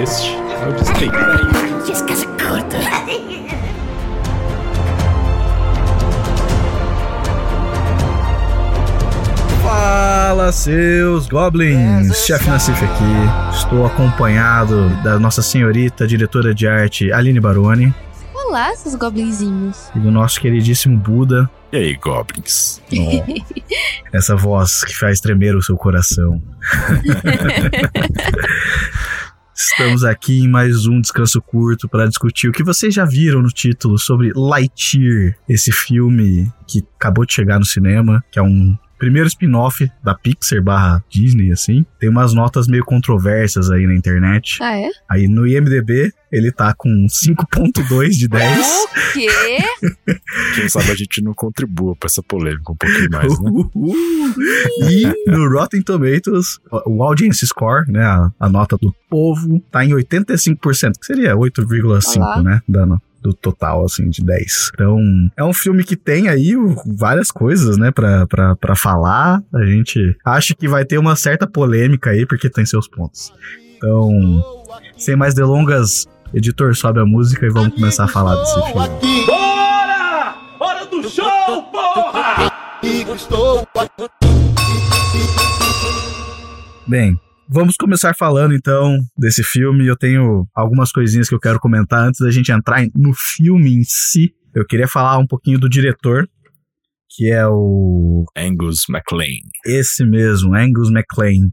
este é o Despeito. Just casa curta. Fala, seus goblins! Chefe Nassif aqui. Estou acompanhado da nossa senhorita diretora de arte, Aline Baroni, Olá, seus goblinzinhos. e do nosso queridíssimo Buda, E aí, Goblins? essa voz que faz tremer o seu coração. Estamos aqui em mais um descanso curto para discutir o que vocês já viram no título sobre Lightyear, esse filme que acabou de chegar no cinema, que é um primeiro spin-off da Pixar barra Disney, assim. Tem umas notas meio controversas aí na internet. Ah, é? Aí no IMDB ele tá com 5.2 de 10. O quê? Quem sabe a gente não contribua pra essa polêmica um pouquinho mais, né? e no Rotten Tomatoes, o audience score, né, a, a nota do povo, tá em 85%, que seria 8,5, Olá. né, dano do total, assim, de 10. Então, é um filme que tem aí o- várias coisas, né, pra, pra, pra falar. A gente acha que vai ter uma certa polêmica aí, porque tem seus pontos. Então, sem mais delongas, editor, sobe a música e vamos começar a falar desse filme. Bora! Hora do show, porra! Bem, vamos começar falando então desse filme. Eu tenho algumas coisinhas que eu quero comentar antes da gente entrar em- no filme em si. Eu queria falar um pouquinho do diretor, que é o Angus MacLean. esse mesmo, Angus MacLean.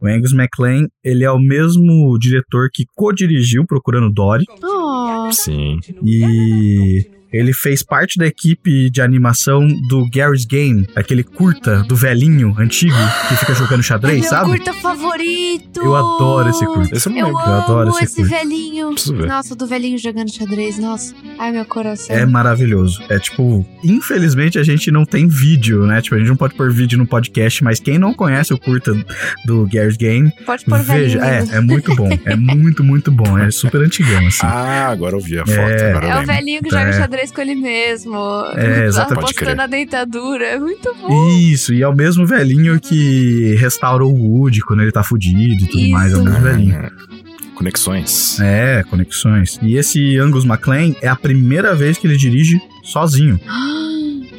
O Angus MacLean, ele é o mesmo diretor que co-dirigiu Procurando Dory Oh, Sim. e ele fez parte da equipe de animação do Gary's Game, aquele curta do velhinho antigo que fica jogando é xadrez, meu sabe? curta favorito. Eu adoro esse curta. Esse é eu não Eu, lembro. amo eu adoro esse esse, curta. velhinho. Preciso ver. Nossa, do velhinho jogando xadrez, nossa. Ai, meu coração. É maravilhoso. É tipo, infelizmente a gente não tem vídeo, né? Tipo, a gente não pode pôr vídeo no podcast, mas quem não conhece o curta do Garry's Game, Pode pôr o velhinho. veja. É, mesmo. é muito bom. É muito, muito bom. É super antigão, assim. Ah, agora eu vi a foto. É. agora eu É o lembro. velhinho que joga É. xadrez com ele mesmo. É, exatamente. Pode crer. Apostando a deitadura. É muito bom. Isso, e é o mesmo velhinho que restaurou o Woody quando ele tá fudido e tudo Isso. mais. É o mesmo velhinho. Ah, Conexões. É, conexões. E esse Angus MacLean é a primeira vez que ele dirige sozinho.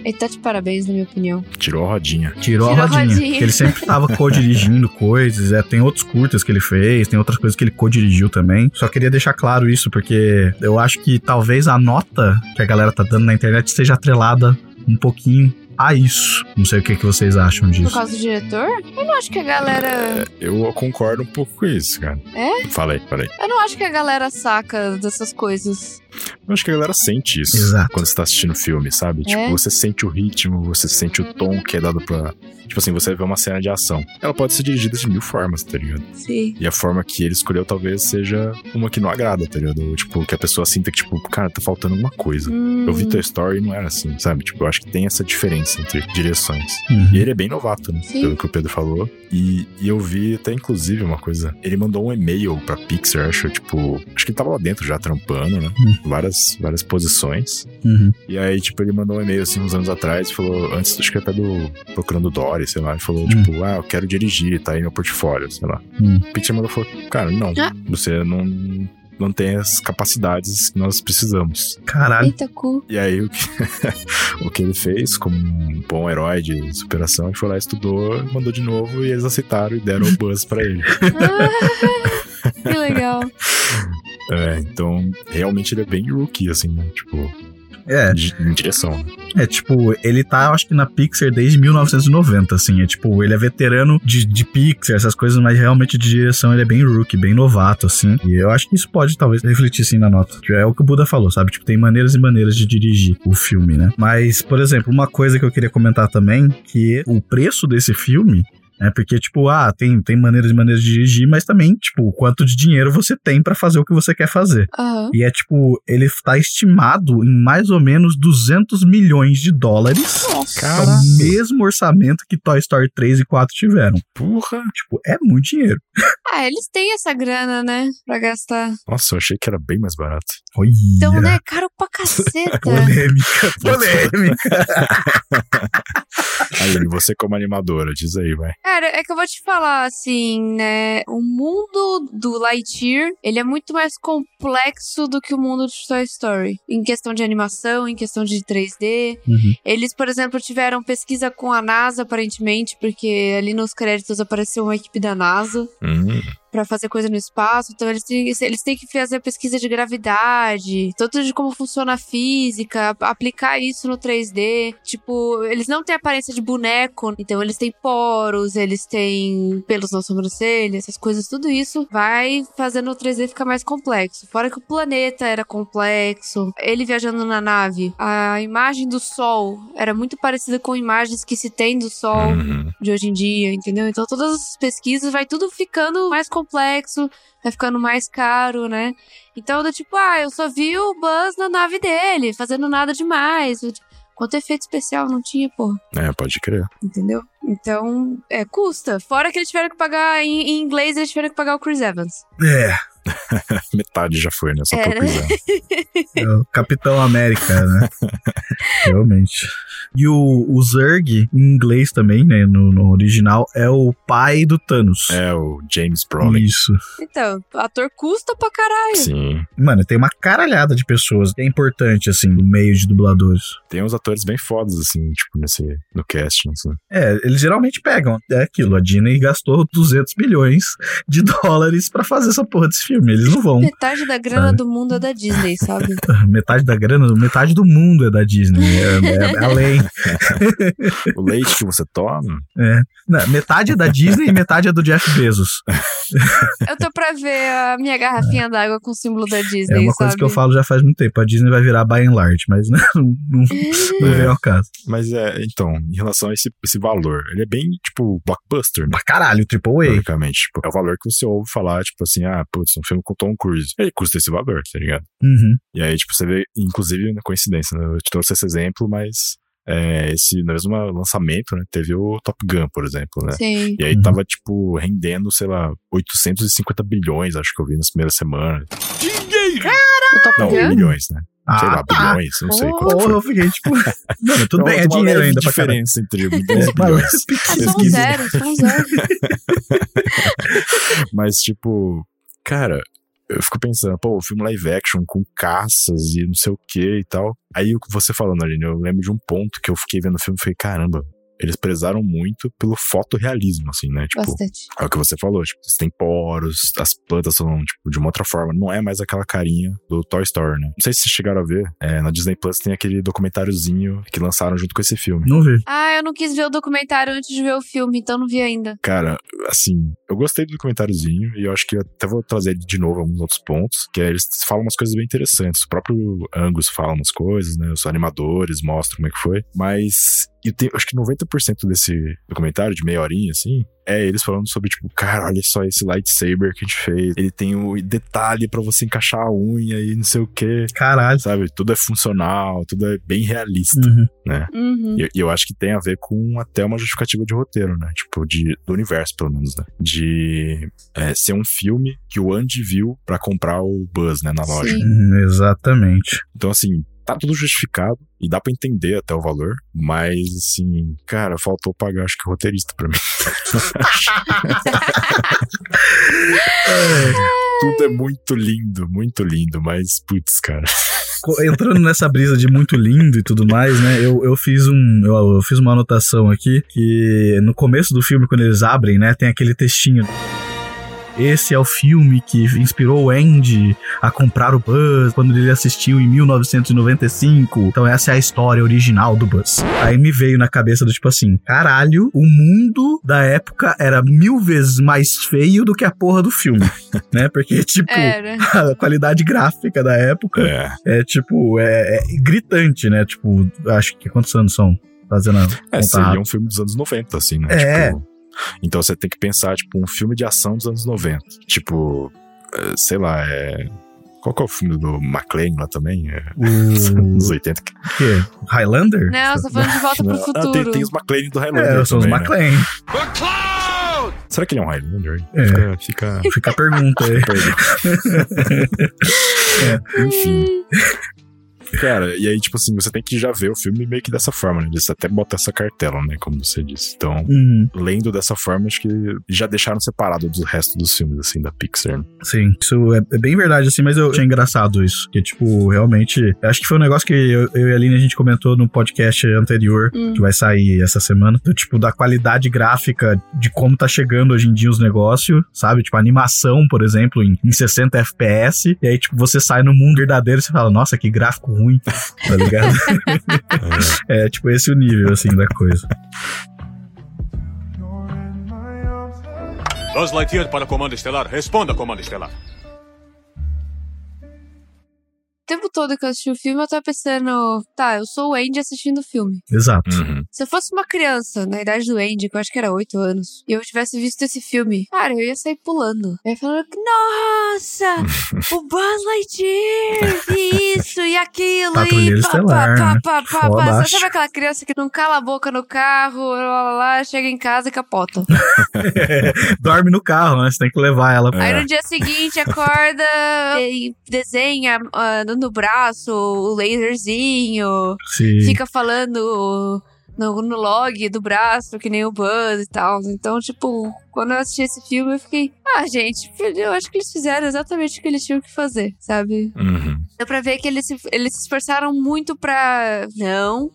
Ele tá de parabéns, na minha opinião. Tirou a rodinha. Tirou Tirou, a a rodinha. rodinha. porque ele sempre tava co-dirigindo coisas. É, tem outros curtas que ele fez, tem outras coisas que ele co-dirigiu também. Só queria deixar claro isso, porque eu acho que talvez a nota que a galera tá dando na internet esteja atrelada um pouquinho a isso. Não sei o que, que vocês acham Por disso. causa do diretor? Eu não acho que a É. galera. Eu concordo um pouco com isso, cara. É? Falei, falei. Eu não acho que a galera saca dessas coisas. Eu acho que a galera sente isso Exato. quando você tá assistindo filme, É? sabe? Tipo, você sente o ritmo, você sente o tom que é dado pra. Tipo assim, você vê uma cena de ação. Ela pode ser dirigida de mil formas, tá ligado? Sim. E a forma que ele escolheu talvez seja uma que não agrada, tá ligado? Ou, Tipo, que a pessoa sinta que, tipo, cara, tá faltando alguma coisa. Eu Uhum. vi Toy Story e não era assim, sabe? Tipo, eu acho que tem essa diferença entre direções. Uhum. E ele é bem novato, né? Sim. Pelo que o Pedro falou. E, e eu vi até, inclusive, uma coisa. Ele mandou um e-mail pra Pixar, acho, tipo... Acho que ele tava lá dentro já, trampando, né? Hum. Várias, várias posições. Uhum. E aí, tipo, ele mandou um e-mail, assim, uns anos atrás, falou... Antes, acho que até do... Procurando Dory, sei lá. E falou, tipo, ah, eu quero dirigir, tá aí meu portfólio, sei lá. Hum. Pixar mandou, falou, cara, não. Ah. Você não... Não tem as capacidades que nós precisamos. Caralho. Eita, cu. E aí, o que, o que ele fez, como um bom herói de superação, ele foi lá, estudou, mandou de novo e eles aceitaram e deram o buzz pra ele. Ah, que legal. É, então, realmente ele é bem rookie, assim, né? Tipo, É, de- em direção. é tipo, ele tá, acho que na Pixar desde 1990, assim. É tipo, ele é veterano de, de Pixar, essas coisas, mas realmente de direção ele é bem rookie, bem novato, assim. E eu acho que isso pode, talvez, refletir, sim, na nota. Tipo, É o que o Buda falou, sabe? Tipo, tem maneiras e maneiras de dirigir o filme, né? Mas, por exemplo, uma coisa que eu queria comentar também, que o preço desse filme né? Porque, tipo, ah, tem, tem maneiras e maneiras de dirigir, mas também, tipo, quanto de dinheiro você tem pra fazer o que você quer fazer. Aham. E é tipo, ele tá estimado em mais ou menos 200 milhões de dólares. É Cara, o mesmo orçamento que Toy Story 3 e 4 tiveram. porra! Tipo, é muito dinheiro. Ah, eles têm essa grana, né? Pra gastar. Nossa, eu achei que era bem mais barato. Olha. Então, né? é Caro pra caceta. Polêmica, polêmica. Aline, você como animadora, diz aí, vai. Cara, é que eu vou te falar, assim, né? O mundo do Lightyear, ele é muito mais complexo do que o mundo de Toy Story. Em questão de animação, em questão de 3D. Uhum. Eles, por exemplo, tiveram pesquisa com a NASA, aparentemente, porque ali nos créditos apareceu uma equipe da NASA Hum, pra fazer coisa no espaço. Então, eles têm, eles têm que fazer pesquisa de gravidade, tanto de como funciona a física, ap- aplicar isso no 3D. Tipo, eles não têm aparência de boneco, então eles têm poros, eles têm pelos na sobrancelha, essas coisas, tudo isso vai fazendo o 3D ficar mais complexo. Fora que o planeta era complexo, ele viajando na nave, a imagem do sol era muito parecida com imagens que se tem do sol uhum. de hoje em dia, entendeu? Então todas as pesquisas vai tudo ficando mais complexo, vai ficando mais caro, né? Então do tipo, ah, eu só vi o Buzz na nave dele, fazendo nada demais. tipo, Quanto efeito especial não tinha, pô, É, pode crer. entendeu? Então, é, custa. Fora que eles tiveram que pagar, em, em inglês, eles tiveram que pagar o Chris Evans. É, Metade já foi, né? Só É, pra né? coisa. é o Capitão América, né? Realmente. E o, o Zerg, em inglês também, né? No, no original, é o pai do Thanos. É o James Brolin. Isso. Então, ator custa pra caralho. Sim. Mano, tem uma caralhada de pessoas. É importante, assim, no meio de dubladores. Tem uns atores bem fodas, assim, tipo, nesse, no casting, assim. É, eles geralmente pegam. É aquilo, a Disney gastou 200 milhões de dólares pra fazer essa porra desse filme. Eles não vão. Metade da grana do mundo é da Disney, sabe? Metade da grana, metade do mundo é da Disney. É, é- é além. O leite que você toma, Não, metade é da Disney e metade é do Jeff Bezos. Eu tô pra ver a minha garrafinha d'água com o símbolo da Disney, é uma sabe? coisa que eu falo já faz muito tempo. A Disney vai virar by and large, mas né, não, não, não vem ao caso. Mas é, então, em relação a esse, esse valor, ele é bem, tipo, blockbuster, né? Pra caralho, Triple A. Teoricamente. Tipo, é o valor que você ouve falar, tipo assim, ah, putz, um filme com Tom Cruise. Ele custa esse valor, tá ligado? Uhum. E aí, tipo, você vê, inclusive, na coincidência, né? Eu te trouxe esse exemplo, mas é, esse, no mesmo lançamento, né? Teve o Top Gun, por exemplo, né? Sim. E aí Uhum. tava, tipo, rendendo, sei lá, 850 bilhões, acho que eu vi nas primeiras semanas. Dinheiro! O Top Não, Gun? milhões, né? sei lá, Ah, tá. bilhões, não sei Porra. quanto Porra, foi. eu fiquei tipo. Mano, Então, tudo bem, é uma dinheiro leve ainda pra caralho. é diferença entre bilhões e Uma leve bilhões. Ah, diferença. só um zero, só um zero. Tipo, Mas, tipo, cara, eu fico pensando, pô, o filme live action com caças e não sei o que e tal. Aí o que você falando, Aline, eu lembro de um ponto que eu fiquei vendo o filme e falei, caramba, eles prezaram muito pelo fotorrealismo, assim, né? Tipo, Bastante. é o que você falou, tipo, você tem poros, as plantas são, tipo, de uma outra forma. Não é mais aquela carinha do Toy Story, né? Não sei se vocês chegaram a ver, é, na Disney Plus tem aquele documentáriozinho que lançaram junto com esse filme. Não vi. Ah, eu não quis ver o documentário antes de ver o filme, então não vi ainda. Cara, assim, eu gostei do documentáriozinho e eu acho que eu até vou trazer ele de novo alguns outros pontos, que é, eles falam umas coisas bem interessantes. O próprio Angus fala umas coisas, né? Os animadores mostram como é que foi. Mas eu tenho, acho que 90% desse documentário, de meia horinha, assim, é eles falando sobre, tipo, cara, olha só esse lightsaber que a gente fez. Ele tem o detalhe pra você encaixar a unha e não sei o quê. Caralho. Sabe? Tudo é funcional, tudo é bem realista. Uhum. Uhum. E eu- e eu acho que tem a ver com até uma justificativa de roteiro, né? Tipo, de, do universo, pelo menos, né? De é, ser um filme que o Andy viu pra comprar o Buzz, né? Na loja. Sim. Uhum, Exatamente. Então, assim, tá tudo justificado e dá pra entender até o valor, mas, assim, cara, faltou pagar, acho que o roteirista pra mim. tudo é muito lindo, muito lindo, mas, putz, cara. Co- entrando nessa brisa de muito lindo e tudo mais, né? Eu, eu fiz um. Eu, eu fiz uma anotação aqui que no começo do filme, quando eles abrem, né, tem aquele textinho. Esse é o filme que inspirou o Andy a comprar o Buzz quando ele assistiu em 1995. Então essa é a história original do Buzz. Aí me veio na cabeça do tipo assim, caralho, o mundo da época era mil vezes mais feio do que a porra do filme, né? Porque tipo Era. a qualidade gráfica da época É. é tipo, é, é gritante, né? Tipo, acho que quantos anos são? Fazendo a É, conta seria rápida. um filme dos anos 90, assim, né? É. Tipo, então você tem que pensar, tipo, um filme de ação dos anos 90. Tipo, eh, sei lá, é. Qual que é o filme do McLean lá também? É, O Nos 80. que- o quê? Highlander? Não, eu tô falando de volta É pro Ah, tem, futuro. tem os McLean do Highlander. É, são os também, né? McLean. McCloud! Será que ele é um Highlander? É. Fica. fica... Fica a pergunta aí. Enfim. Cara, e aí, tipo assim, você tem que já ver o filme meio que dessa forma, né? Eles até botam essa cartela, né? Como você disse. Então, Uhum, lendo dessa forma, acho que já deixaram separado do resto dos filmes, assim, da Pixar. né? sim. Isso é, é bem verdade, assim, mas eu achei engraçado isso. Que, tipo, realmente. eu Acho que foi um negócio que eu, eu e a Aline a gente comentou no podcast anterior, Hum. que vai sair essa semana. Do, tipo, da qualidade gráfica de como tá chegando hoje em dia os negócios, sabe? Tipo, a animação, por exemplo, em, em 60 FPS. E aí, tipo, você sai no mundo verdadeiro e você fala, nossa, que gráfico ruim, tá ligado? é, tipo, esse o nível, assim, da coisa. Buzz Lightyear para Comando Estelar. Responda, Comando Estelar. O tempo todo que eu assisti o filme, eu tava pensando, tá, eu sou o Andy assistindo o filme. Exato. Uhum. Se eu fosse uma criança, na idade do Andy, que eu acho que era 8 anos, e eu tivesse visto esse filme, cara, eu ia sair pulando. Eu ia falando, nossa, o Buzz Lightyear, e isso, e aquilo, Patrulheiro e pá, Estelar, pá, né? pá, pá, pá. Sabe- Fodástico. Sabe aquela criança que não cala a boca no carro, lá, lá, lá, chega em casa e capota. Dorme no carro, né? Você tem que levar ela. Aí no dia seguinte acorda e desenha ah, no- no braço o laserzinho, Se... fica falando no, no log do braço, que nem o Buzz e tal. Então, tipo, quando eu assisti esse filme, eu fiquei, ah, gente, eu acho que eles fizeram exatamente o que eles tinham que fazer, sabe? Uhum. Dá pra ver que eles se, eles se esforçaram muito pra. Não,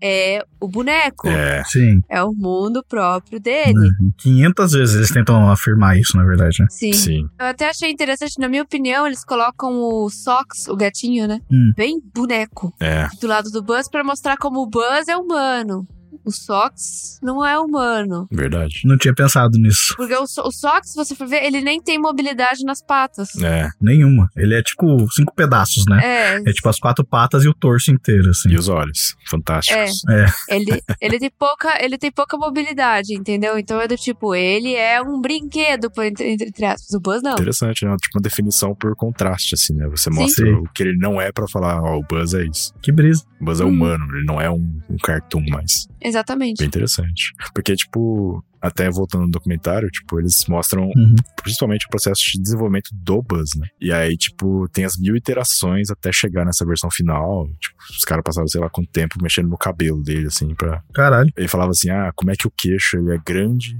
é o boneco. É, É. Sim. o mundo próprio dele. Uhum. 500 vezes eles tentam afirmar isso, na verdade, né? Sim. Sim. Eu até achei interessante, na minha opinião, eles colocam o Sox, o gatinho, né? Hum. Bem boneco. É. do lado do Buzz pra mostrar como o Buzz é humano. O Sox não é humano. Verdade. Não tinha pensado nisso. Porque o, So- o Sox, se você for ver, ele nem tem mobilidade nas patas. É. Nenhuma. Ele é tipo cinco pedaços, né? É, É tipo as quatro patas e o torso inteiro, assim. E os olhos. Fantásticos. É, ele, ele, tem pouca, ele tem pouca mobilidade, entendeu? Então é do tipo, ele é um brinquedo, por entre, entre entre aspas. O Buzz não. Interessante, né? Tipo uma definição por contraste, assim, né? Você mostra Sim. o que ele não é pra falar, ó, o Buzz é isso. Que brisa. O Buzz é Hum. humano, ele não é um, um cartoon mais. Exatamente. Bem interessante. Porque, tipo, até voltando no documentário, tipo, eles mostram Uhum. principalmente o processo de desenvolvimento do Buzz, né? E aí, tipo, tem as mil iterações até chegar nessa versão final. Tipo, os caras passaram, sei lá, quanto tempo mexendo no cabelo dele, assim, pra. Caralho. Ele falava assim: ah, como é que o queixo ele é grande,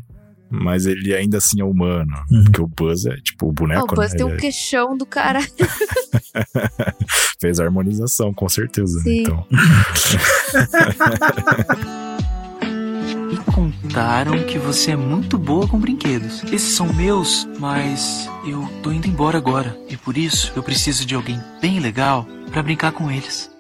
mas ele ainda assim é humano. Uhum. Porque o Buzz é, tipo, o Ah, boneco. o Buzz né? tem Ele um queixão do cara. fez a harmonização, com certeza. Né? Sim. Então, Me contaram que você é muito boa com brinquedos. Esses são meus, mas eu tô indo embora agora. E por isso eu preciso de alguém bem legal pra brincar com eles.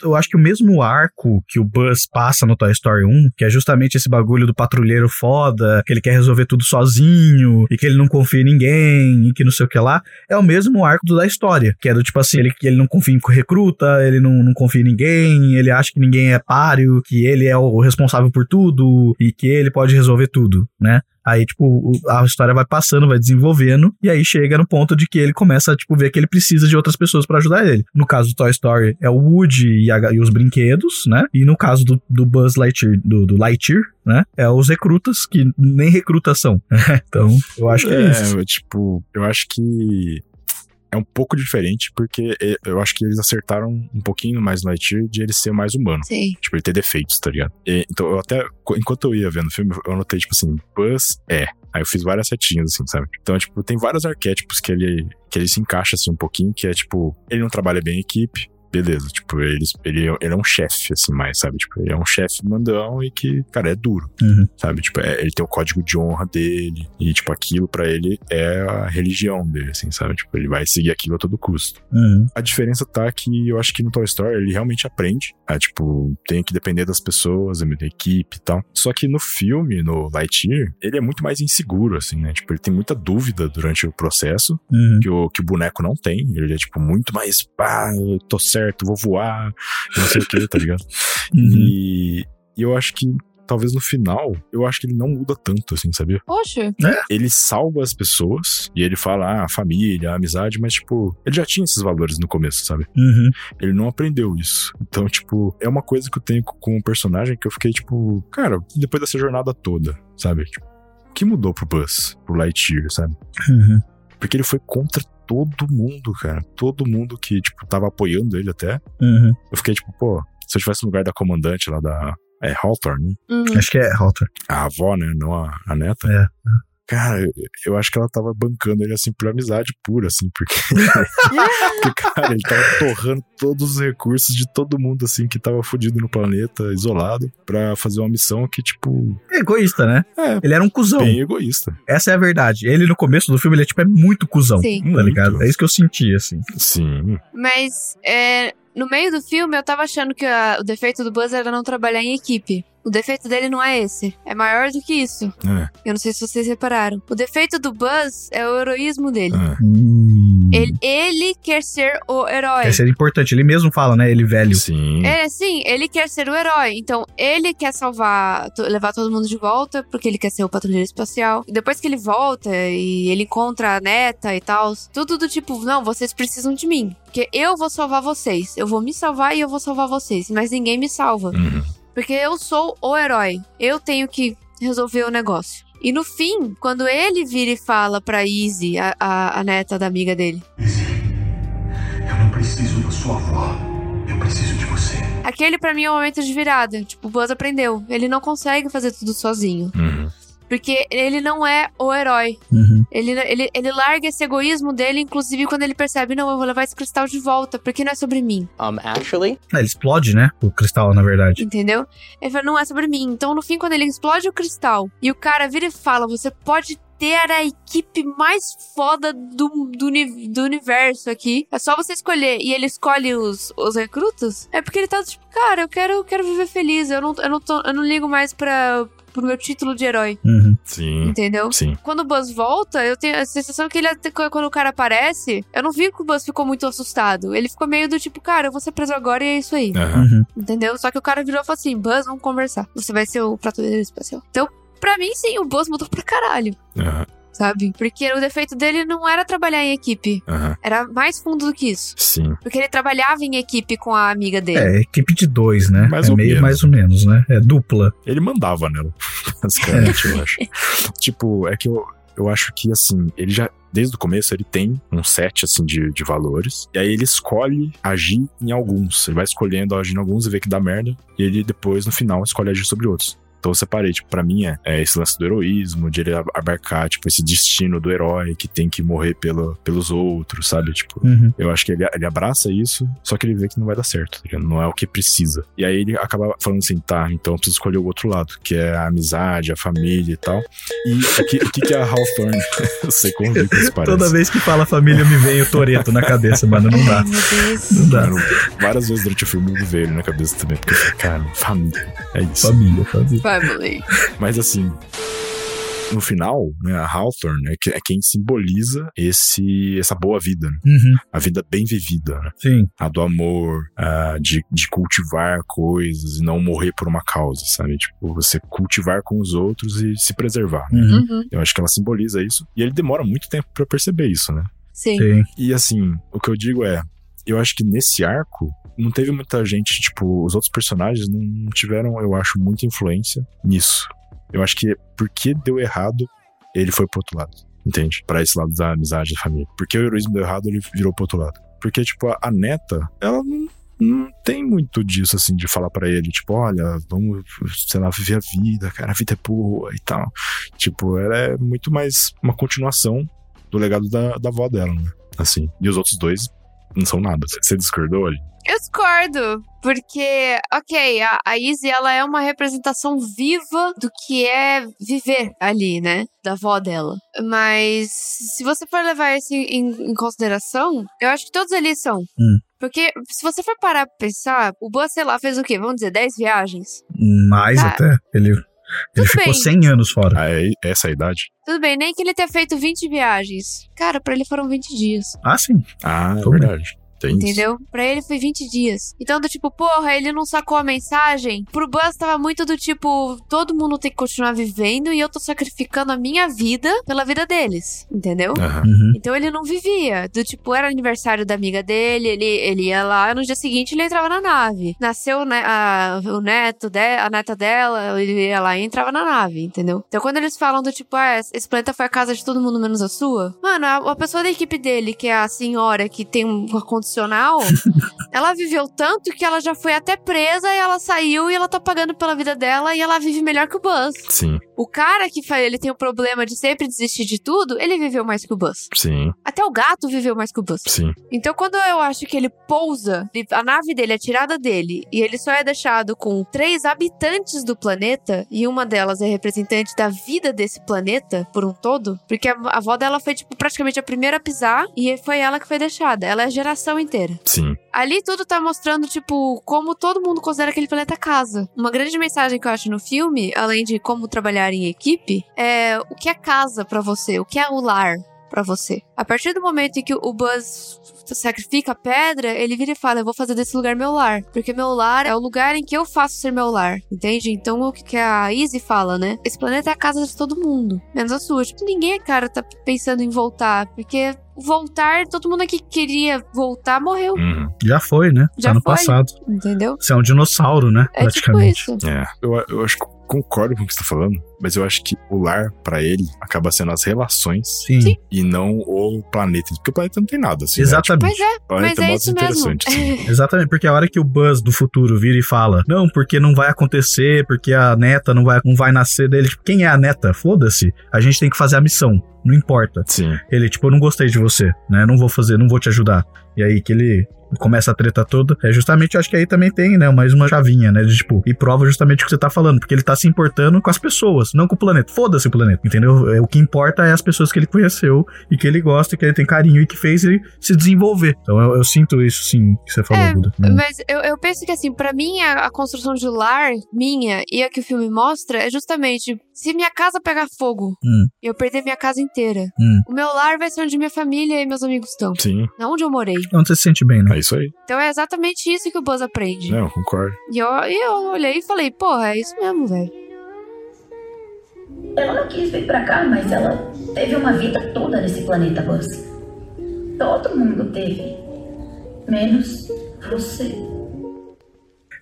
Eu acho que o mesmo arco que o Buzz passa no Toy Story 1, que é justamente esse bagulho do patrulheiro foda, que ele quer resolver tudo sozinho, e que ele não confia em ninguém, e que não sei o que lá, é o mesmo arco do da história. Que é do tipo assim, ele, que ele não confia em recruta, ele não, não confia em ninguém, ele acha que ninguém é páreo, que ele é o responsável por tudo, e que ele pode resolver tudo, né? Aí, tipo, o- a história vai passando, vai desenvolvendo, e aí chega no ponto de que ele começa a, tipo, ver que ele precisa de outras pessoas pra ajudar ele. No caso do Toy Story, é o Woody e, a- e os brinquedos, né? E no caso do, do Buzz Lightyear, do, do Lightyear, né? É os recrutas, que nem recrutas são. então, eu acho que é, isso. eu, tipo, eu acho que é um pouco diferente, porque é, eu acho que eles acertaram um pouquinho mais no Lightyear de ele ser mais humano. Sim. Tipo, ele ter defeitos, tá ligado? E, então, eu até, co- enquanto eu ia vendo o filme, eu anotei, tipo assim, Buzz é. Aí eu fiz várias setinhas, assim, sabe? Então, tipo, tem vários arquétipos que ele, que ele se encaixa, assim, um pouquinho, que é, tipo, ele não trabalha bem em equipe, beleza. Tipo, ele, ele, ele é um chefe, assim, mais, sabe? Tipo, ele é um chefe mandão e que, cara, é duro, Uhum. sabe? Tipo, é- ele tem o código de honra dele e, tipo, aquilo pra ele é a religião dele, assim, sabe? Tipo, ele vai seguir aquilo a todo custo. Uhum. A diferença tá que eu acho que no Toy Story ele realmente aprende. A, tipo, tem que depender das pessoas, da equipe e tal. Só que no filme, no Lightyear, ele é muito mais inseguro, assim, né? Tipo, ele tem muita dúvida durante o processo Uhum. que o, que o boneco não tem. Ele é, tipo, muito mais, pá, eu tô certo, vou voar, eu não sei o que, tá ligado? Uhum. E, e eu acho que. Talvez no final, eu acho que ele não muda tanto, assim, sabia? Poxa, Ele salva as pessoas e ele fala, ah, família, amizade, mas, tipo, ele já tinha esses valores no começo, sabe? Uhum. Ele não aprendeu isso. Então, tipo, é uma coisa que eu tenho com o personagem que eu fiquei, tipo, cara, depois dessa jornada toda, sabe? Tipo, o que mudou pro Buzz, pro Lightyear, sabe? Uhum. Porque ele foi contra todo mundo, cara. Todo mundo que, tipo, tava apoiando ele até. Uhum. Eu fiquei tipo, pô, se eu tivesse no lugar da comandante lá da. É Hawthorne, né? Uhum. Acho que é Halter. A avó, né? Não a, a neta. É. Cara, eu- eu acho que ela tava bancando ele assim por amizade pura, assim, porque. porque, cara, ele tava torrando todos os recursos de todo mundo, assim, que tava fudido no planeta, isolado, pra fazer uma missão que, tipo, É egoísta, né? É. Ele era um cuzão. bem egoísta. Essa é a verdade. Ele, no começo do filme, ele é, tipo, é muito cuzão. Sim. Tá ligado? Muito. É isso que eu senti, assim. Sim. Mas é, no meio do filme eu tava achando que a- o defeito do Buzz era não trabalhar em equipe. O defeito dele não é esse. É maior do que isso. É, Eu não sei se vocês repararam. O defeito do Buzz é o heroísmo dele. é. Hum. Ele, ele quer ser o herói. Esse é importante. Ele mesmo fala, né? Ele velho. Sim. É, sim, ele quer ser o herói. Então, ele quer salvar, to- levar todo mundo de volta, porque ele quer ser o patrulheiro espacial. E depois que ele volta e ele encontra a neta e tal, tudo do tipo, não, vocês precisam de mim. Porque eu vou salvar vocês. Eu vou me salvar e eu vou salvar vocês. Mas ninguém me salva. Uhum. Porque eu sou o herói. Eu tenho que resolver o negócio. E no fim, quando ele vira e fala pra Izzy, a- a- a neta da amiga dele, Eu não preciso da sua avó. Eu preciso de você. Aquele pra mim é o momento de virada. Tipo, o Buzz aprendeu. Ele não consegue fazer tudo sozinho. Uhum. Porque ele não é o herói. Uhum. Ele, ele, ele larga esse egoísmo dele, inclusive quando ele percebe: não, eu vou levar esse cristal de volta, porque não é sobre mim. Um, actually, Ah, Ele explode, né? O cristal, na verdade. Entendeu? Ele fala: não é sobre mim. Então, no fim, quando ele explode o cristal e o cara vira e fala: você pode ter a equipe mais foda do, do, uni- do universo aqui. É só você escolher. E ele escolhe os, os recrutas. É porque ele tá tipo, cara, eu quero, eu quero viver feliz. Eu não, eu não, tô, eu não ligo mais pra, pro meu título de herói. Uhum. Sim. Entendeu? Sim. Quando o Buzz volta, eu tenho a sensação que ele até, quando o cara aparece, eu não vi que o Buzz ficou muito assustado. Ele ficou meio do tipo, cara, eu vou ser preso agora e é isso aí. Aham. Uhum. Entendeu? Só que o cara virou e falou assim: Buzz, vamos conversar. Você vai ser o patrulheiro espacial. Então, pra mim, sim, o Buzz mudou pra caralho, Aham. sabe? Porque o defeito dele não era trabalhar em equipe. Aham. Era mais fundo do que isso. Sim. Porque ele trabalhava em equipe com a amiga dele. É, equipe de dois, né? Mais é ou meio menos. mais ou menos, né? É dupla. Ele mandava nela, basicamente, eu acho. Tipo, é que eu, eu acho que, assim, ele já, desde o começo, ele tem um set, assim, de, de valores. E aí ele escolhe agir em alguns. Ele vai escolhendo agir em alguns e vê que dá merda. E ele depois, no final, escolhe agir sobre outros. Então eu separei, tipo, pra mim é, é esse lance do heroísmo, de ele ab- abarcar, tipo, esse destino do herói que tem que morrer pelo, pelos outros, sabe? Tipo, Uhum. eu acho que ele, ele abraça isso, só que ele vê que não vai dar certo, tá ligado? não é o que precisa. E aí ele acaba falando assim, tá, então eu preciso escolher o outro lado, que é a amizade, a família e tal. E o que, o que, que é a Hawthorne? eu sei como que isso parece. Toda vez que fala família, me vem o Toreto na cabeça, mano. Não dá. Ai, meu Deus. Não dá. Mano, várias vezes durante o filme eu veio ele na cabeça também, porque eu falei, cara, família, é isso. Família, família. Family. Mas assim... No final, né, a Hawthorne é, que- é quem simboliza esse, essa boa vida, né? Uhum. a vida bem vivida, né? Sim. a do amor, a de, de cultivar coisas e não morrer por uma causa, sabe? Tipo, você cultivar com os outros e se preservar. né? Uhum. Uhum, Eu acho que ela simboliza isso. E ele demora muito tempo pra perceber isso, né? Sim. Sim. E assim, o que eu digo é, eu acho que nesse arco não teve muita gente, tipo, os outros personagens não tiveram, eu acho, muita influência nisso. Eu acho que porque deu errado, ele foi pro outro lado, entende? Pra esse lado da amizade da família. Porque o heroísmo deu errado, ele virou pro outro lado. Porque, tipo, a, a neta, ela não. Não tem muito disso, assim, de falar pra ele, tipo, olha, vamos, sei lá, viver a vida, cara, a vida é boa e tal. Tipo, ela é muito mais uma continuação do legado da, da avó dela, né? assim. E os outros dois não são nada. Você- Você discordou ali? Eu discordo, porque, ok, a, a Izzy, ela é uma representação viva do que é viver ali, né? Da avó dela. Mas, se você for levar isso em, em consideração, eu acho que todos ali são. Hum. Porque, se você for parar pra pensar, o Boa, sei lá, fez o quê? Vamos dizer, 10 viagens? Mais Tá. até. Ele, ele Tudo ficou bem. 100 anos fora. Ah, é é essa a idade? Tudo bem, nem que ele tenha feito 20 viagens. Cara, pra ele foram 20 dias. Ah, sim. Ah, é Tudo bem. verdade. Tem isso. Entendeu? Pra ele foi 20 dias. Então, do tipo, porra, ele não sacou a mensagem. Pro Buzz tava muito do tipo, todo mundo tem que continuar vivendo e eu tô sacrificando a minha vida pela vida deles. Entendeu? Aham. Uhum. Então ele não vivia. Do tipo, era aniversário da amiga dele, ele, ele ia lá, no dia seguinte ele entrava na nave. Nasceu né, a, o neto, de, a neta dela, ele ia lá e entrava na nave, entendeu? Então quando eles falam do tipo, ah, esse planeta foi a casa de todo mundo menos a sua, mano, a, a pessoa da equipe dele, que é a senhora que tem uma condicional, ela viveu tanto que ela já foi até presa e ela saiu e ela tá pagando pela vida dela e ela vive melhor que o Buzz. Sim, O cara que fa- ele tem o problema de sempre desistir de tudo, ele viveu mais que o Buzz. sim, Até o gato viveu mais que o Buzz. sim. Então, quando eu acho que ele pousa, ele- a nave dele é tirada dele e ele só é deixado com três habitantes do planeta, e uma delas é representante da vida desse planeta por um todo, porque a a avó dela foi, tipo, praticamente a primeira a pisar e foi ela que foi deixada. Ela é a geração inteira. Sim, Ali tudo tá mostrando, tipo, como todo mundo considera aquele planeta casa. Uma grande mensagem que eu acho no filme, além de como trabalhar em equipe, é o que é casa pra você, o que é o lar pra você. A partir do momento em que o Buzz sacrifica a pedra, ele vira e fala: Eu vou fazer desse lugar meu lar. Porque meu lar é o lugar em que eu faço ser meu lar. Entende? Então o que que a Izzy fala, né? Esse planeta é a casa de todo mundo. Menos a sua. Tipo, ninguém, cara, tá pensando em voltar. Porque voltar, todo mundo aqui que queria voltar morreu. uhum, Já foi, né? Já tá no foi. passado. Entendeu? Você é um dinossauro, né? É tipo praticamente. isso. é. Eu, eu acho que concordo com o que você tá falando, mas eu acho que o lar, pra ele, acaba sendo as relações Sim, Sim. e não o planeta. Porque o planeta não tem nada, assim. né? exatamente. Pois é, Tipo, o planeta mas é mó isso mesmo. desinteressante, assim. Exatamente, porque a hora que o Buzz do futuro vira e fala, não, porque não vai acontecer, porque a neta não vai, não vai nascer dele. Tipo, quem é a neta? Foda-se. A gente tem que fazer a missão. Não importa. Sim, Ele, tipo, eu não gostei de você, né? Não vou fazer, não vou te ajudar. E aí que ele começa a treta toda. É justamente, eu acho que aí também tem, né? Mais uma chavinha, né? De, tipo, e prova justamente o que você tá falando. Porque ele tá se importando com as pessoas, não com o planeta. Foda-se o planeta, entendeu? É, O que importa é as pessoas que ele conheceu e que ele gosta, e que ele tem carinho e que fez ele se desenvolver. Então eu, eu sinto isso, sim, que você falou, Hum. É, Buda. Mas eu, eu penso que, assim, pra mim, a, a construção de lar minha e a que o filme mostra é justamente se minha casa pegar fogo Hum. e eu perder minha casa inteira, Hum. o meu lar vai ser onde minha família e meus amigos estão, sim. não onde eu morei. Onde você se sente bem, É né? isso aí. Então é exatamente isso que o Buzz É. aprende. Não, eu concordo. E eu, e eu olhei e falei, porra, é isso mesmo, velho. Ela não quis vir pra cá, mas ela teve uma vida toda nesse planeta, Buzz. Todo mundo teve. Menos você.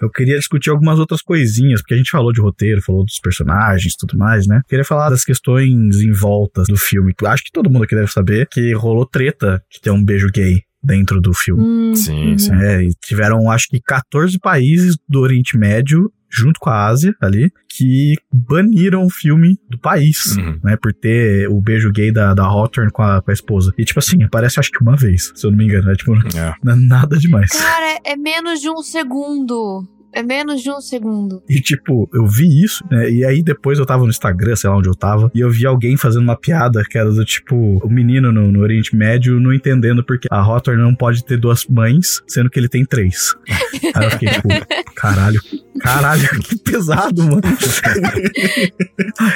Eu queria discutir algumas outras coisinhas, porque a gente falou de roteiro, falou dos personagens e tudo mais, né? Queria falar das questões em volta do filme. que eu Acho que todo mundo aqui deve saber que rolou treta de ter um beijo gay dentro do filme. Sim, sim. É, e tiveram, acho que, 14 países do Oriente Médio, junto com a Ásia ali, que baniram o filme do país. Uhum. Né, por ter o beijo gay da, da Hawthorne com a, com a esposa. E, tipo assim, aparece acho que uma vez, se eu não me engano. É, tipo, É. não é nada demais. Cara, é menos de um segundo. É menos de um segundo. E tipo, eu vi isso, né? E aí depois eu tava no Instagram, sei lá onde eu tava, e eu vi alguém fazendo uma piada que era do tipo, o menino no, no Oriente Médio não entendendo porque a Hawthorne não pode ter duas mães, sendo que ele tem três. aí eu fiquei tipo, caralho, caralho, que pesado, mano.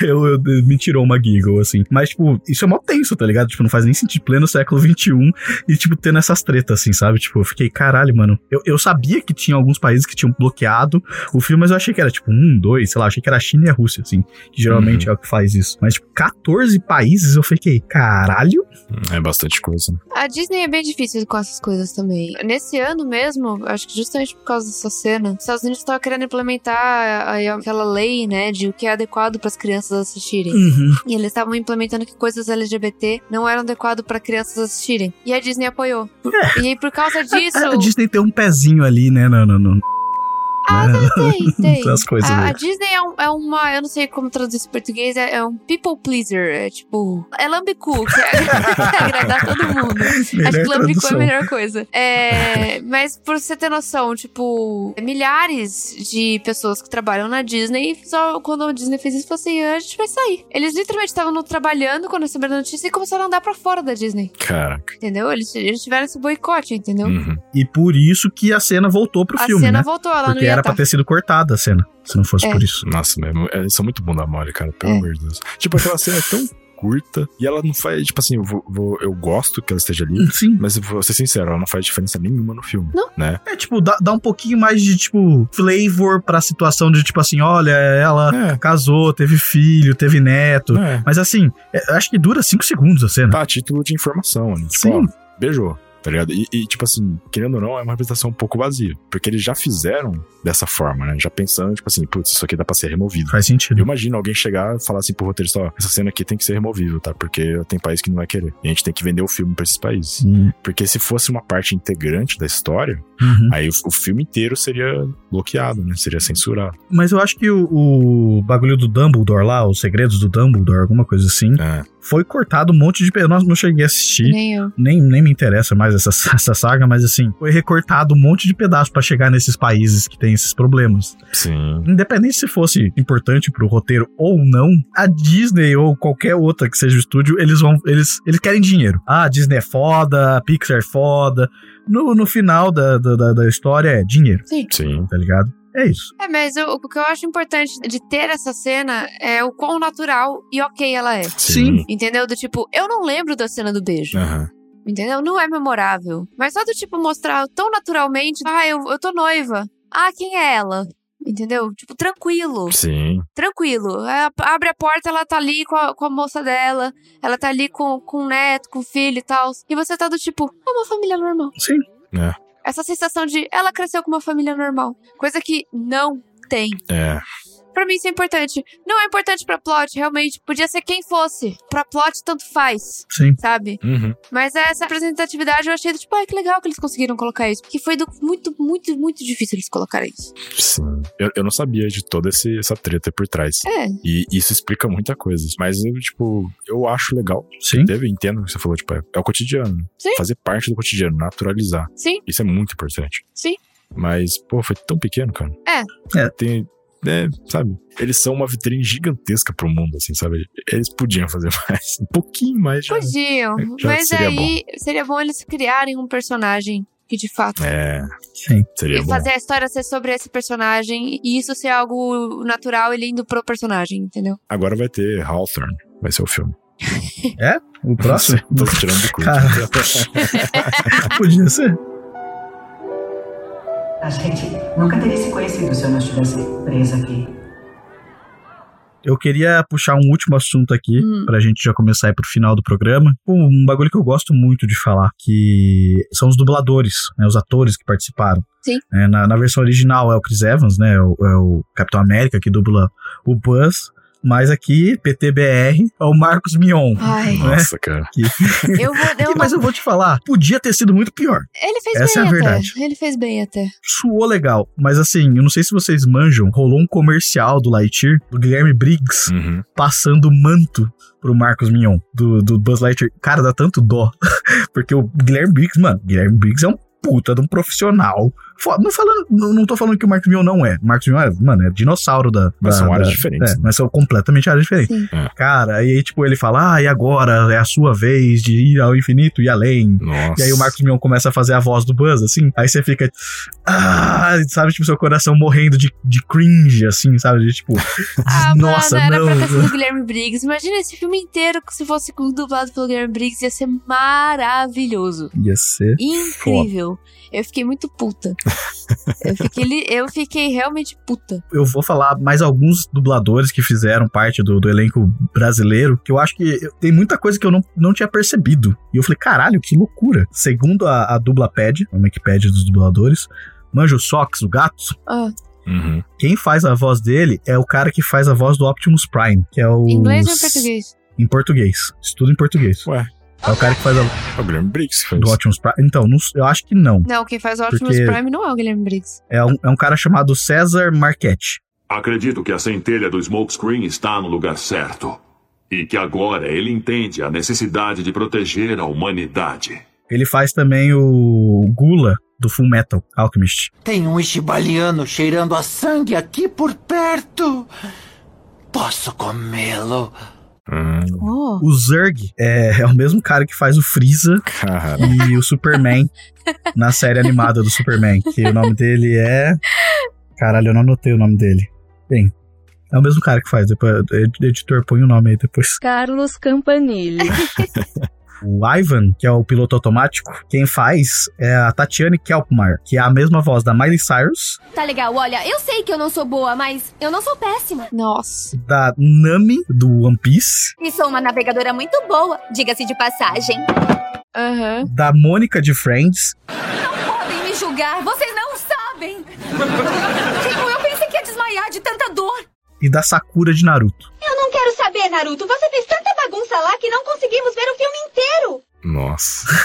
eu, eu- me tirou uma giggle, assim. Mas, tipo, isso é mó tenso, tá ligado? Tipo, não faz nem sentido. Pleno século XXI e, tipo, tendo essas tretas, assim, sabe? Tipo, eu fiquei, caralho, mano. Eu, eu sabia que tinha alguns países que tinham bloqueado o filme, mas eu achei que era tipo um, dois, sei lá, achei que era a China e a Rússia, assim, que geralmente é o que faz isso. Mas, tipo, 14 países eu fiquei, caralho? É bastante coisa. né? A Disney é bem difícil com essas coisas também. Nesse ano mesmo, acho que justamente por causa dessa cena, os Estados Unidos estavam querendo implementar aí aquela lei, né, de o que é adequado para as crianças assistirem. Hum. E eles estavam implementando que coisas LGBT não eram adequado para crianças assistirem. E a Disney apoiou. Por- E aí por causa disso, É. A Disney tem um pezinho ali, né? Não, não, não. ah, não, tem, tem. Essas coisas né? a, aí. a Disney é, um- é uma, eu não sei como traduzir isso em português, é, é um people pleaser, é tipo, é lambicu, que é agradar todo mundo. Acho que lambico é a melhor coisa. É, mas por você ter noção, tipo, milhares de pessoas que trabalham na Disney, só quando a Disney fez isso, falou assim: a gente vai sair. Eles literalmente estavam no- trabalhando quando receberam a notícia e começaram a andar pra fora da Disney, Caraca. entendeu? Eles, eles tiveram esse boicote, entendeu? Uhum. E por isso que a cena voltou Hum, pro a filme, cena né? voltou, ela Porque não ia tá era estar. pra ter sido cortada a cena, se não fosse É. por isso. é Nossa, mesmo. É, são muito bunda mole, cara. Pelo É. amor de Deus. Tipo, aquela cena é tão curta. E ela não faz, tipo assim, eu, vou- vou- eu gosto que ela esteja ali. Sim. Mas eu vou ser sincero, ela não faz diferença nenhuma no filme. Não. Né? É, tipo, dá, dá um pouquinho mais de, tipo, flavor pra situação de, tipo assim, olha, ela É. casou, teve filho, teve neto. É. Mas assim, é- acho que dura 5 segundos a cena. Tá, título de informação, né? Tipo, Sim. ó, beijou, tá ligado? E, e, tipo assim, querendo ou não, é uma representação um pouco vazia. Porque eles já fizeram dessa forma, né? Já pensando, tipo assim, putz, isso aqui dá pra ser removido. Faz Eu sentido. imagino alguém chegar e falar assim pro roteirista, ó, essa cena aqui tem que ser removível, tá? Porque tem país que não vai querer. E a gente tem que vender o filme pra esses países. Sim. Porque se fosse uma parte integrante da história, Uhum. aí o, o filme inteiro seria bloqueado, né? Seria censurado. Mas eu acho que o, o bagulho do Dumbledore lá, os segredos do Dumbledore, alguma coisa assim, É. foi cortado um monte de. pe- Eu não, não cheguei a assistir. Nem eu. Nem, nem me interessa mais essa, essa saga, mas assim, foi recortado um monte de pedaço pra chegar nesses países que tem esses problemas. Sim. Independente se fosse importante pro roteiro ou não, a Disney ou qualquer outra que seja o estúdio, eles vão. Eles, eles querem dinheiro. Ah, a Disney é foda, a Pixar é foda. No, no final da, da, da- da história é dinheiro, Sim. tá ligado? É isso. É, mas eu- o que eu acho importante de ter essa cena é o quão natural e ok ela é. Sim. Entendeu? Do tipo, eu não lembro da cena do beijo. Aham. Entendeu? Não é memorável. Mas só do tipo mostrar tão naturalmente. Ah, eu, eu tô noiva. Ah, quem é ela? Entendeu? Tipo, tranquilo. Sim. Tranquilo. É, a- abre a porta, ela tá ali com a, com a moça dela. Ela tá ali com, com o neto, com o filho e tal. E você tá do tipo, é uma família normal. Sim. É. Essa sensação de ela cresceu com uma família normal. Coisa que não tem. É. Pra mim isso é importante. Não é importante pra plot, realmente. Podia ser quem fosse. Pra plot, tanto faz. Sim. Sabe? Uhum. Mas essa representatividade eu achei, tipo, ai, que legal que eles conseguiram colocar isso. Porque foi do- muito, muito, muito difícil eles colocarem isso. Sim. Eu, eu não sabia de toda esse- essa treta por trás. É. E isso explica muita coisa. Mas eu, tipo, eu acho legal. Sim. Deve, entendo o que você falou, tipo, é, é o cotidiano. Hum? Sim. Fazer parte do cotidiano, naturalizar. Sim. Isso é muito importante. Sim. Mas, pô, foi tão pequeno, cara. É. É. Tem. É, sabe? Eles são uma vitrine gigantesca pro mundo, assim, sabe? Eles podiam fazer mais. Um pouquinho mais já. Podiam. Já mas seria aí seria bom eles criarem um personagem que de fato. É, Sim. seria e bom. fazer a história ser sobre esse personagem e isso ser algo natural e lindo pro personagem, entendeu? Agora vai ter Hawthorne. Vai ser o filme. O próximo? Tô tirando do cu. Cara. Podia ser. A gente nunca teria se conhecido se eu não estivesse presa aqui. Eu queria puxar um último assunto aqui, Hum. pra gente já começar aí pro final do programa. Um bagulho que eu gosto muito de falar, que são os dubladores, né, os atores que participaram. Sim. É, na, na versão original é o Chris Evans, né, é o, é o Capitão América que dubla o Buzz, mas aqui, PTBR, é o Marcos Mion. Né? Ai, tipo, Nossa, cara. eu vou. Eu Mas não... eu vou te falar, podia ter sido muito pior. Ele fez Essa bem é a até. verdade. Ele fez bem até. Suou legal, mas assim, eu não sei se vocês manjam, rolou um comercial do Lightyear, do Guilherme Briggs, Uhum. passando manto pro Marcos Mignon, do, do Buzz Lightyear. Cara, dá tanto dó. Porque o Guilherme Briggs, mano, Guilherme Briggs é um puta de um profissional. Fo- Não, falando, não, não tô falando que o Marcos Mignon não é. O Marcos Mignon é, mano, é dinossauro da. Mas da- são áreas da- diferentes. é, né? mas são completamente áreas diferentes. Sim. É. Cara, e aí, tipo, ele fala: Ah, e agora é a sua vez de ir ao infinito e além. Nossa. E aí o Marcos Mion começa a fazer a voz do Buzz, assim. Aí você fica. Ah, sabe, tipo, seu coração morrendo de, de cringe, assim, sabe? De, tipo. Ah, nossa, mano, era pra não. ter sido o Guilherme Briggs. Imagina esse filme inteiro que se fosse com- dublado pelo Guilherme Briggs, ia ser maravilhoso. Ia ser. Incrível. Eu fiquei muito puta. Eu fiquei, li- eu fiquei realmente puta. eu vou falar mais alguns dubladores que fizeram parte do, do elenco brasileiro, que eu acho que eu- tem muita coisa que eu não, não tinha percebido. E eu falei, caralho, que loucura. Segundo a, a Dublapad, a Wikipedia dos dubladores, Manjo Sox, o gato, Ah, Uhum. quem faz a voz dele é o cara que faz a voz do Optimus Prime, que é o... em inglês ou em português? Em português. Estudo em português. Ué. É o cara que faz a voz O Guilherme Briggs fez. do Optimus Prime. Então, não- eu acho que não. Não, quem faz o Optimus Porque- Prime não é o Guilherme Briggs. É um, é um cara chamado César Marchetti. Acredito que a centelha do Smokescreen está no lugar certo. E que agora ele entende a necessidade de proteger a humanidade. Ele faz também o Gula do Full Metal Alchemist. Tem um ishibaliano cheirando a sangue aqui por perto. Posso comê-lo? Hum, Oh. O Zurg é, é o mesmo cara que faz o Freeza cara. e o Superman na série animada do Superman, que o nome dele é. Caralho, eu não anotei o nome dele. Bem, É o mesmo cara que faz, depois, editor, põe o nome aí depois. Carlos Campanile. o Ivan, que é o piloto automático, quem faz é a Tatiane Kelpmar, que é a mesma voz da Miley Cyrus. Tá legal, olha, eu sei que eu não sou boa, mas eu não sou péssima. Oh, Nossa. Da Nami, do One Piece. E sou uma navegadora muito boa, diga-se de passagem. Aham. Da Mônica de Friends. Não podem me julgar, vocês não sabem. Tipo, eu pensei que ia desmaiar de tanta dor. E da Sakura de Naruto. Eu não quero saber, Naruto. Você fez tanta bagunça lá que não conseguimos ver o filme inteiro. Nossa.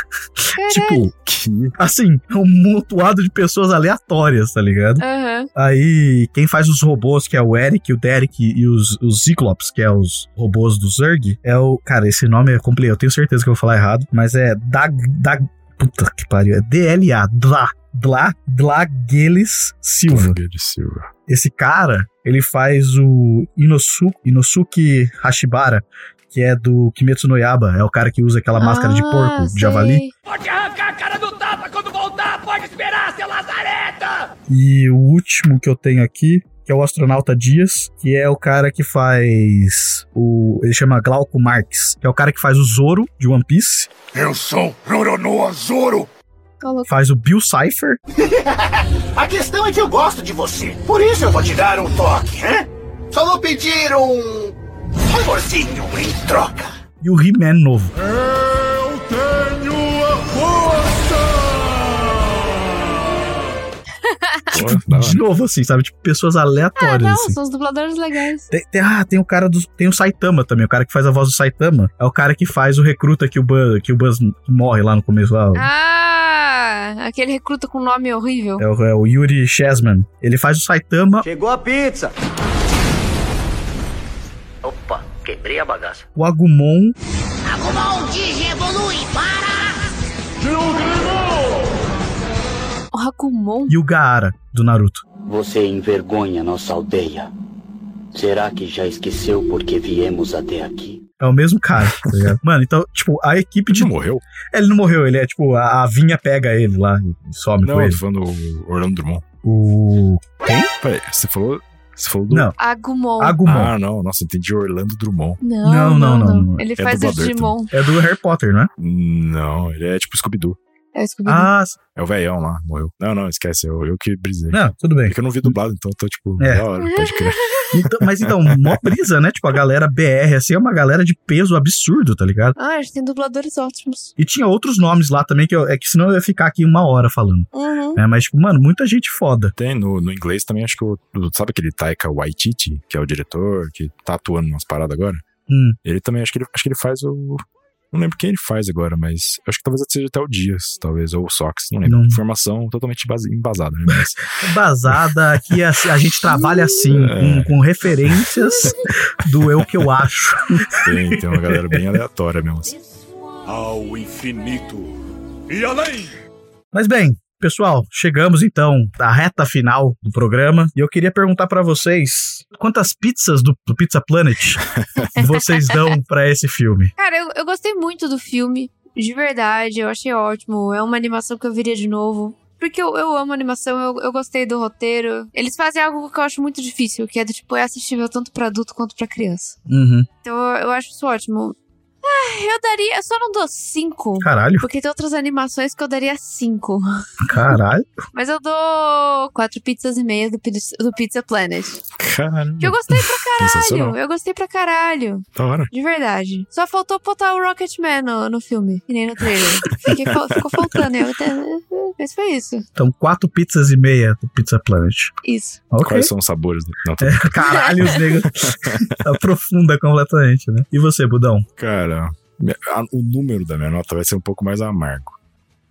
Tipo, Que- assim, é um montuado de pessoas aleatórias, tá ligado? Aham. Aí, quem faz os robôs, que é o Eric, o Derek e os, os Cyclops, que é os robôs do Zerg, é o. Cara, esse nome é complicado, eu tenho certeza que eu vou falar errado, mas é Dag. Dag puta que pariu, é DLA, Dla. Dla, Dlageles Silva. Maria de Silva. Esse cara, ele faz o Inosuke, Inosuke Hashibara, que é do Kimetsu no Yaba, é o cara que usa aquela máscara de Ah, porco, de sei. javali. E o último que eu tenho aqui, que é o astronauta Dias, que é o cara que faz o. Ele chama Glauco Marx, que é o cara que faz o Zoro de One Piece, Eu sou Roronoa Zoro! Colocou. faz o Bill Cipher, A questão é que eu gosto de você. Por isso eu vou te dar um toque, hein? Só vou pedir um. favorzinho em troca. e o He-Man novo. Eu tenho a força! Pô, da hora. De novo, assim, sabe? Tipo, pessoas Ah, aleatórias, não, assim. são os dubladores legais. Tem, tem- ah, tem o cara do. Tem o Saitama também, o cara que faz a voz do Saitama. É o cara que faz o recruta que o Buzz, que o Buzz morre lá no começo. Lá, Ah, aquele recruta com nome horrível. é, o, é o Yuri Chessman. Ele faz o Saitama, Chegou a pizza. Opa, quebrei a bagaça. o Agumon O Hakumon. e o Gaara do Naruto. Você envergonha nossa aldeia. Será que já esqueceu por que viemos até aqui? É o mesmo cara, tá ligado? Mano, então, tipo, a equipe de. Não morreu? Ele não morreu, ele é tipo, a, a vinha pega ele lá e some Não, com eu ele. tô falando do Orlando Drummond. O. Peraí, você falou. Você falou do. Não. Agumon. Agumon. Ah, não, nossa, entendi Orlando Drummond. Não, Não, não, não, não, não, não. Ele É faz o dublador Digimon. É do Harry Potter, não é? Não, ele é tipo Scooby-Doo. É o Scooby-Doo. Ah, s- É o velhão lá, morreu. Não, não, esquece, eu, eu que brisei. não, tudo É bem. que eu não vi dublado, então eu tô tipo, É. da hora, pode crer. Então- mas então, mó brisa, né? Tipo, a galera BR, assim, é uma galera de peso absurdo, tá ligado? Ah, a gente tem dubladores ótimos. E tinha outros nomes lá também, que eu- é que senão eu ia ficar aqui uma hora falando. Uhum. Né? Mas, tipo, mano, muita gente foda. Tem no, no inglês também, acho que o. o- Sabe aquele Taika Waititi, que é o diretor, que tá atuando umas paradas agora? Hum. Ele também, acho que ele, acho que ele faz o. Não lembro quem ele faz agora, mas acho que talvez seja até o Dias, talvez, ou o Sox, não lembro. Não. Informação totalmente base- embasada, né? Mas Basada, aqui a, a gente trabalha assim, É. com, com referências do eu que eu acho. tem, tem uma galera bem aleatória mesmo. assim. Ao infinito e além! Mas bem, pessoal, chegamos então à reta final do programa e eu queria perguntar pra vocês quantas pizzas do, do Pizza Planet vocês dão pra esse filme? Cara, eu, eu gostei muito do filme. De verdade, eu achei ótimo. É uma animação que eu viria de novo. Porque eu, eu amo animação, eu, eu gostei do roteiro. Eles fazem algo que eu acho muito difícil, que é do tipo, é assistível tanto pra adulto quanto pra criança. Uhum. Então eu, eu acho isso ótimo. Ah, eu daria. Eu só não dou cinco. Caralho, Porque tem outras animações que eu daria cinco. caralho. Mas eu dou quatro pizzas e meia do, Piz- do Pizza Planet. Caralho. Que eu gostei pra Sensacional. caralho. Eu gostei pra caralho. Da hora. De verdade. Só faltou botar o Rocketman no, no filme, que nem no trailer. Fiquei fal- ficou faltando. né? Eu até... Mas foi isso. Então, quatro pizzas e meia do Pizza Planet. Isso. Ok. Quais são os sabores? do- Não, tô... Caralho, os negros. Aprofunda completamente, né? E você, Budão? Cara, minha- a- o número da minha nota vai ser um pouco mais amargo.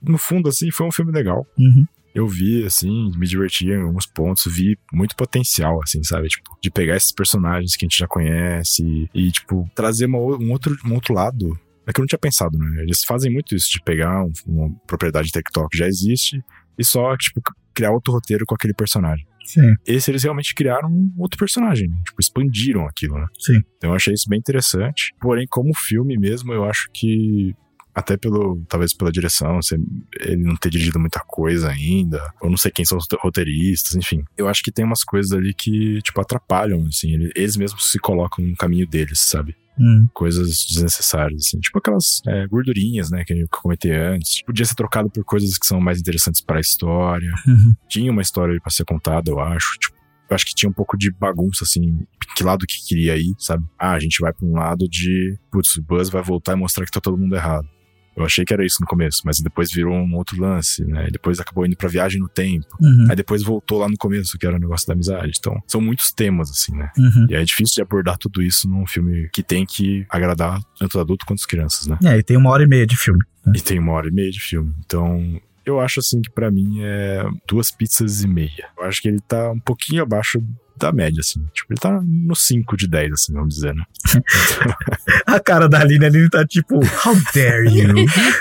No fundo, assim, foi um filme legal. Uhum. Eu vi, assim, me diverti em alguns pontos, vi muito potencial, assim, sabe? Tipo, de pegar esses personagens que a gente já conhece e, tipo, trazer uma o- um, outro, um outro lado. É que eu não tinha pensado, né? Eles fazem muito isso, de pegar um- uma propriedade intelectual que já existe e só, tipo, c- criar outro roteiro com aquele personagem. Sim, Esse eles realmente criaram um outro personagem, né? tipo, expandiram aquilo, né? sim. Então eu achei isso bem interessante. Porém, como filme mesmo, eu acho que até pelo, talvez pela direção, se ele não ter dirigido muita coisa ainda, ou não sei quem são os roteiristas, enfim. Eu acho que tem umas coisas ali que, tipo, atrapalham, assim, ele- eles mesmos se colocam no caminho deles, sabe? Hum. Coisas desnecessárias, assim, tipo aquelas é, gordurinhas, né, que eu comentei antes. Podia ser trocado por coisas que são mais interessantes pra história. Uhum. Tinha uma história ali pra ser contada, eu acho, tipo, eu acho que tinha um pouco de bagunça, assim, que lado que queria ir, sabe? Ah, a gente vai pra um lado de, putz, o Buzz vai voltar e mostrar que tá todo mundo errado. Eu achei que era isso no começo, mas depois virou um outro lance, né? E depois acabou indo pra viagem no tempo. Uhum. Aí depois voltou lá no começo, que era o negócio da amizade. Então, são muitos temas, assim, né? Uhum. E é difícil de abordar tudo isso num filme que tem que agradar tanto os adultos quanto as crianças, né? É, e tem uma hora e meia de filme. E tem uma hora e meia de filme. Então, eu acho assim que pra mim é duas pizzas e meia. Eu acho que ele tá um pouquinho abaixo da média, assim. Tipo, ele tá no 5 de 10, assim, vamos dizer, né? A cara da Aline, a Aline tá tipo, how dare you?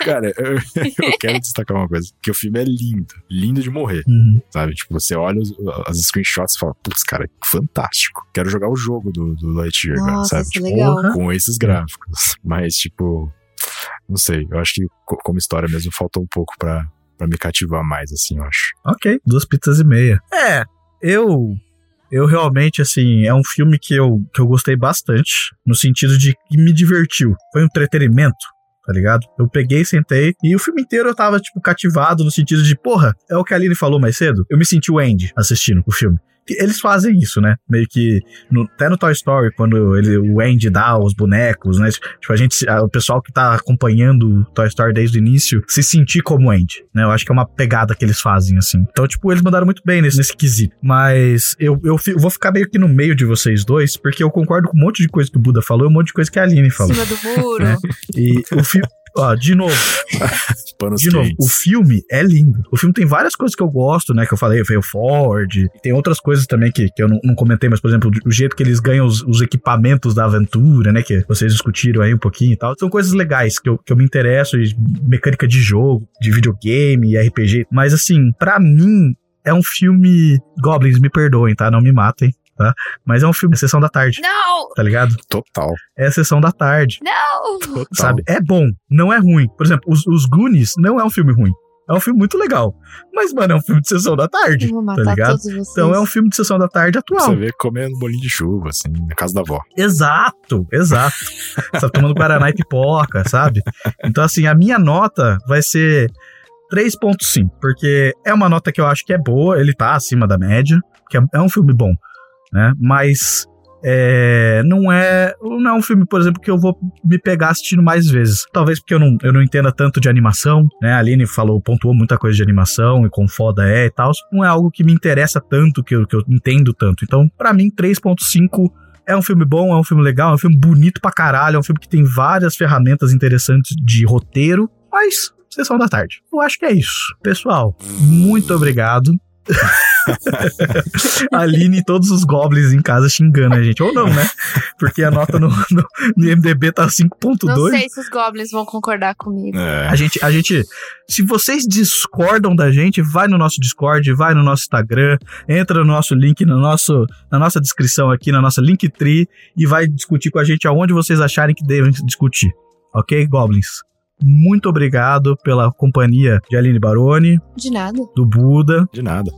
Cara, eu, eu quero destacar uma coisa. Que o filme é lindo. Lindo de morrer. Uhum. Sabe? Tipo, você olha os, as screenshots e fala, putz, cara, que fantástico. Quero jogar o jogo do, do Lightyear, cara, Nossa, sabe? isso é Tipo, legal. com esses gráficos. Mas, tipo, não sei. Eu acho que co- como história mesmo faltou um pouco pra, pra me cativar mais, assim, eu acho. Ok, duas pizzas e meia. É, eu. Eu realmente, assim, é um filme que eu, que eu gostei bastante, no sentido de que me divertiu. Foi um entretenimento, tá ligado? Eu peguei, sentei, e o filme inteiro eu tava, tipo, cativado, no sentido de, porra, é o que a Aline falou mais cedo. Eu me senti o Andy assistindo o filme. E Eles fazem isso, né? Meio que. no- até no Toy Story, quando ele, o Andy dá os bonecos, né? Tipo, a gente, se- a- o pessoal que tá acompanhando o Toy Story desde o início, se sentir como Andy, né? Eu acho que é uma pegada que eles fazem, assim. Então, tipo, eles mandaram muito bem nesse, nesse quesito. Mas eu, eu fi- vou ficar meio que no meio de vocês dois, porque eu concordo com um monte de coisa que o Buda falou e um monte de coisa que a Aline falou. Cima do muro. né? E o filme. Ó, de novo, Panos de novo, quentes. o filme é lindo. O filme tem várias coisas que eu gosto, né? Que eu falei, veio Ford. Tem outras coisas também que, que eu não, não comentei, mas, por exemplo, o jeito que eles ganham os, os equipamentos da aventura, né? Que vocês discutiram aí um pouquinho e tal. São coisas legais que eu, que eu me interesso, e mecânica de jogo, de videogame e RPG. Mas, assim, pra mim, é um filme. Goblins, me perdoem, tá? Não me matem, tá? Mas é um filme Sessão da Tarde. Não! Tá ligado? Total. É Sessão da Tarde. Não! Tá Sabe? É bom, não é ruim. Por exemplo, os, os Goonies não é um filme ruim. É um filme muito legal. Mas, mano, é um filme de sessão da tarde. Eu vou tá matar ligado? todos vocês. Então é um filme de sessão da tarde atual. Você vê comendo bolinho de chuva, assim, na casa da avó. Exato, exato. sabe, tomando Guaraná e pipoca, sabe? Então, assim, a minha nota vai ser 3.5, porque é uma nota que eu acho que é boa, ele tá acima da média, que é, é um filme bom, né? Mas é, não é não é um filme, por exemplo, que eu vou me pegar assistindo mais vezes. Talvez porque eu não, eu não entenda tanto de animação, né? A Aline falou, pontuou muita coisa de animação e quão foda é e tal. Não é algo que me interessa tanto, que eu, que eu entendo tanto. Então, pra mim, 3.5 é um filme bom, é um filme legal, é um filme bonito pra caralho, é um filme que tem várias ferramentas interessantes de roteiro, mas sessão da tarde. Eu acho que é isso. Pessoal, muito obrigado. Aline e todos os goblins em casa xingando a gente. Ou não, né? Porque a nota no, no, no MDB tá Não 5.2. sei se os goblins vão concordar comigo. É, A gente, a gente, se vocês discordam da gente, vai no nosso Discord, vai no nosso Instagram, entra no nosso link, no nosso, na nossa descrição aqui, na nossa Linktree, e vai discutir com a gente aonde vocês acharem que devem discutir. Ok, Goblins? Muito obrigado pela companhia de Aline Baroni, De nada. do Buda De nada.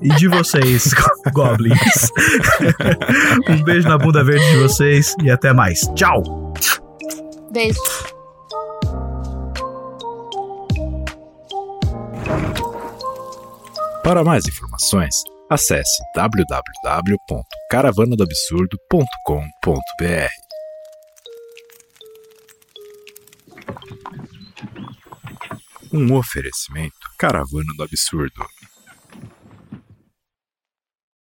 e de vocês, Goblins. um beijo na bunda verde de vocês e até mais. Tchau! Beijo. Para mais informações, acesse www.caravanadoabsurdo.com.br. Um oferecimento Caravana do Absurdo.